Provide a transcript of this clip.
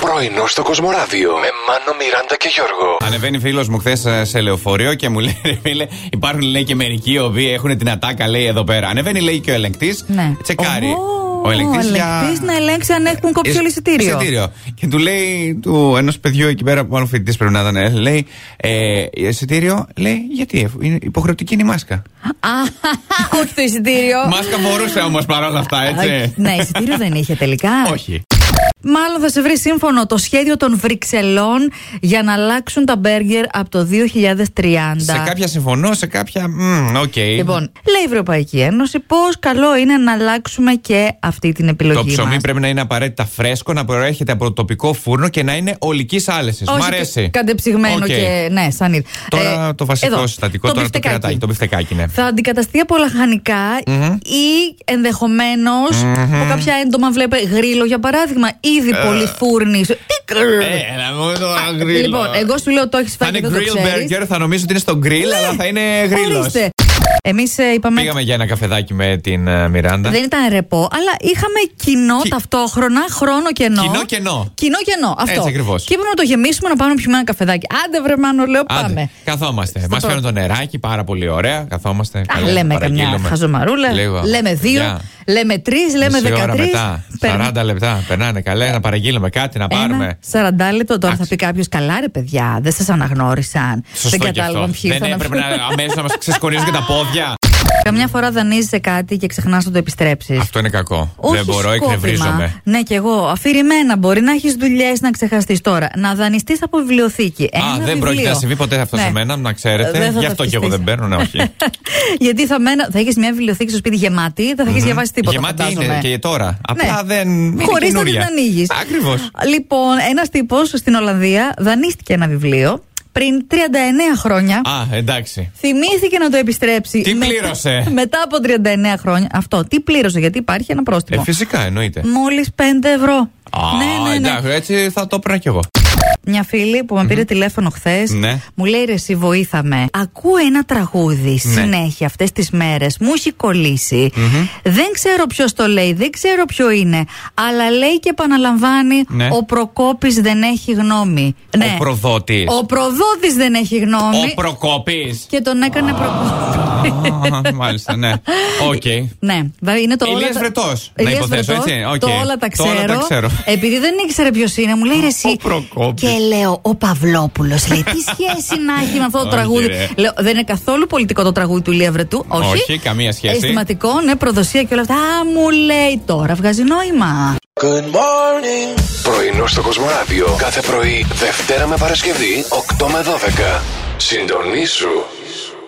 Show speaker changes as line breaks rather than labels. Πρωινό στο Κοσμοράδιο με Μάνο, Μιράντα και Γιώργο.
Ανεβαίνει φίλος μου χθες σε λεωφορείο και μου λέει: «Ρε Φίλε, υπάρχουν λέει και μερικοί οι οποίοι έχουν την ατάκα λέει εδώ πέρα. Ανεβαίνει λέει και ο ελεγκτής.
Ναι.
Τσεκάρει.
Ο ελεγκτής ναι, να ελέγξει αν έχουν κόψει όλο εισιτήριο.
Και του λέει του ενός παιδιού εκεί πέρα, που μάλλον φοιτητής πρέπει να ήταν, ε, λέει ε, εισιτήριο, λέει γιατί ε, είναι υποχρεωτική είναι η μάσκα.
Α, όχι το εισιτήριο.
μάσκα μπορούσε όμως παρόλα αυτά, έτσι.
Ναι, εισιτήριο δεν είχε τελικά.
Όχι.
Μάλλον θα σε βρει σύμφωνο το σχέδιο των Βρυξελών για να αλλάξουν τα μπέργκερ από το 2030.
Σε κάποια συμφωνώ, σε κάποια. μμ, Οκ.
Λοιπόν, λέει η Ευρωπαϊκή Ένωση πώς καλό είναι να αλλάξουμε και αυτή την επιλογή.
Το ψωμί
μας.
πρέπει να είναι απαραίτητα φρέσκο, να προέρχεται από το τοπικό φούρνο και να είναι ολικής άλεσης. Μ'
Όχι
αρέσει.
κα- Κατεψυγμένο
Οκ.
και. Ναι, σαν είδη.
Τώρα
Ε,
το βασικό
εδώ,
συστατικό, τώρα το
μπιφτεκάκι.
κρεατάκι, το μπιφτεκάκι, ναι.
Θα αντικαταστεί από λαχανικά ή ενδεχομένως από κάποια έντομα, βλέπε γρίλο για παράδυμα, ήδη
Ε.
πολύ φούρνης. Τι κρ-
Έλα μου το αγρίλο.
Λοιπόν, εγώ σου λέω το έχεις
Ε, Θα
φάει
είναι
και δεν το
grill
ξέρεις. Ναι,
burger, θα νομίζω ότι είναι στο grill, αλλά θα είναι γρίλο.
Ορίστε. Ναι. Εμείς ε, είπαμε.
Πήγαμε για ένα καφεδάκι με την ε, Μιράντα.
Δεν ήταν ρεπό, αλλά είχαμε κοινό
Κι-
ταυτόχρονα, χρόνο κενό.
Κοινό κενό.
Κοινό κενό, αυτό.
Έτσι ακριβώς.
Και είπαμε να το γεμίσουμε να πάμε να πιούμε ένα καφεδάκι. Άντε, βρε Μάνο, λέω
Άντε,
πάμε.
Καθόμαστε.
Στο
Μας
πρώτο.
φέρνουν το νεράκι, πάρα πολύ ωραία. Καθόμαστε.
Α,
καλά,
λέμε καμιά
παραγγείλουμε.
χαζομαρούλα.
Λίγο.
Λέμε δύο,
Γεια.
λέμε τρεις, λέμε
Μισή ώρα
δεκατρει
μετά, 40 λεπτά. Περνάνε καλά, να παραγγείλουμε κάτι, να πάρουμε.
Ένα 40 λεπτό. Τώρα θα
Εντάξει.
πει κάποιος, καλά ρε παιδιά, δεν σας αναγνώρισαν.
Σωστό
δεν
και αυτό.
κατάλαβαν ποιοι
Δεν
ήρθαν
έπρεπε
αυτοί.
να αμέσως να μας ξεσκονίζουν και τα πόδια.
Καμιά φορά δανείζεσαι κάτι και ξεχνάς να το επιστρέψεις.
Αυτό είναι κακό.
Όχι
Δεν μπορώ,
σκόπιμα.
εκνευρίζομαι.
Ναι, και εγώ. Αφηρημένα μπορεί να έχεις δουλειές να ξεχαστείς τώρα. Να δανειστείς από βιβλιοθήκη. Ένα
Α, δεν
βιβλίο.
πρόκειται να συμβεί ποτέ αυτό
Ναι.
σε μένα, να
Ε, δεν
ξέρετε.
θα
Γι'
τα
αυτό και εγώ δεν
πιστείς.
παίρνω, ναι, όχι.
Γιατί θα, μένα, θα έχεις μια βιβλιοθήκη στο σπίτι γεμάτη, δεν θα έχεις διαβάσει τίποτα.
Γεμάτη είναι
φαντάζομαι.
και τώρα. Απλά δεν. είναι
Χωρίς Ναι. να την
καινούρια.
ανοίγεις.
Ακριβώς.
Λοιπόν, ένας τύπος στην Ολλανδία δανείστηκε ένα βιβλίο πριν 39 χρόνια.
Α, εντάξει.
Θυμήθηκε να το επιστρέψει.
Τι
μετά-
πλήρωσε?
Μετά από 39 χρόνια. Αυτό. Τι πλήρωσε, γιατί υπάρχει ένα
Ε,
πρόστιμο.
φυσικά εννοείται.
Μόλις 5 ευρώ. Ναι,
Α, εντάξει, έτσι θα το έπαιρνα κι εγώ.
Μια φίλη που με πήρε τηλέφωνο χθες
Ναι.
μου λέει ρε εσύ βοήθα με. Ακούω ένα τραγούδι
Ναι.
συνέχεια αυτές τις μέρες. Μου έχει κολλήσει. Δεν ξέρω ποιος το λέει, δεν ξέρω ποιο είναι. Αλλά λέει και επαναλαμβάνει
Ναι.
ο Προκόπης δεν έχει γνώμη.
Ο προδότη.
Ναι. Ο Προδότης δεν έχει γνώμη.
Ο προκόπης.
Και τον έκανε Προκόπη.
Μάλιστα, ναι. Οκ.
Ναι, δηλαδή είναι το
Ηλίας
όλα τα-
Βρετός, να
Ηλίας
υποθέσω,
Βρετός,
έτσι, οκ.
Το όλα τα
Το όλα
ξέρω.
τα ξέρω.
Επειδή δεν ήξερε ποιος είναι, μου λέει ρε εσύ.
Ο Προκόπης.
Και λέω, ο Παυλόπουλος. Λέει, τι σχέση να έχει με αυτό το
Όχι,
τραγούδι.
ρε.
Λέω, δεν είναι καθόλου πολιτικό το τραγούδι του Ηλία Βρετού. Όχι.
Όχι, καμία σχέση.
Αισθηματικό, ναι, προδοσία και όλα αυτά. Α, μου λέει τώρα, βγάζει νόημα.
Πρωινό στο Κοσμοράδιο κάθε πρωί, Δευτέρα με Παρασκευή, 8 με 12. Συντονίσου.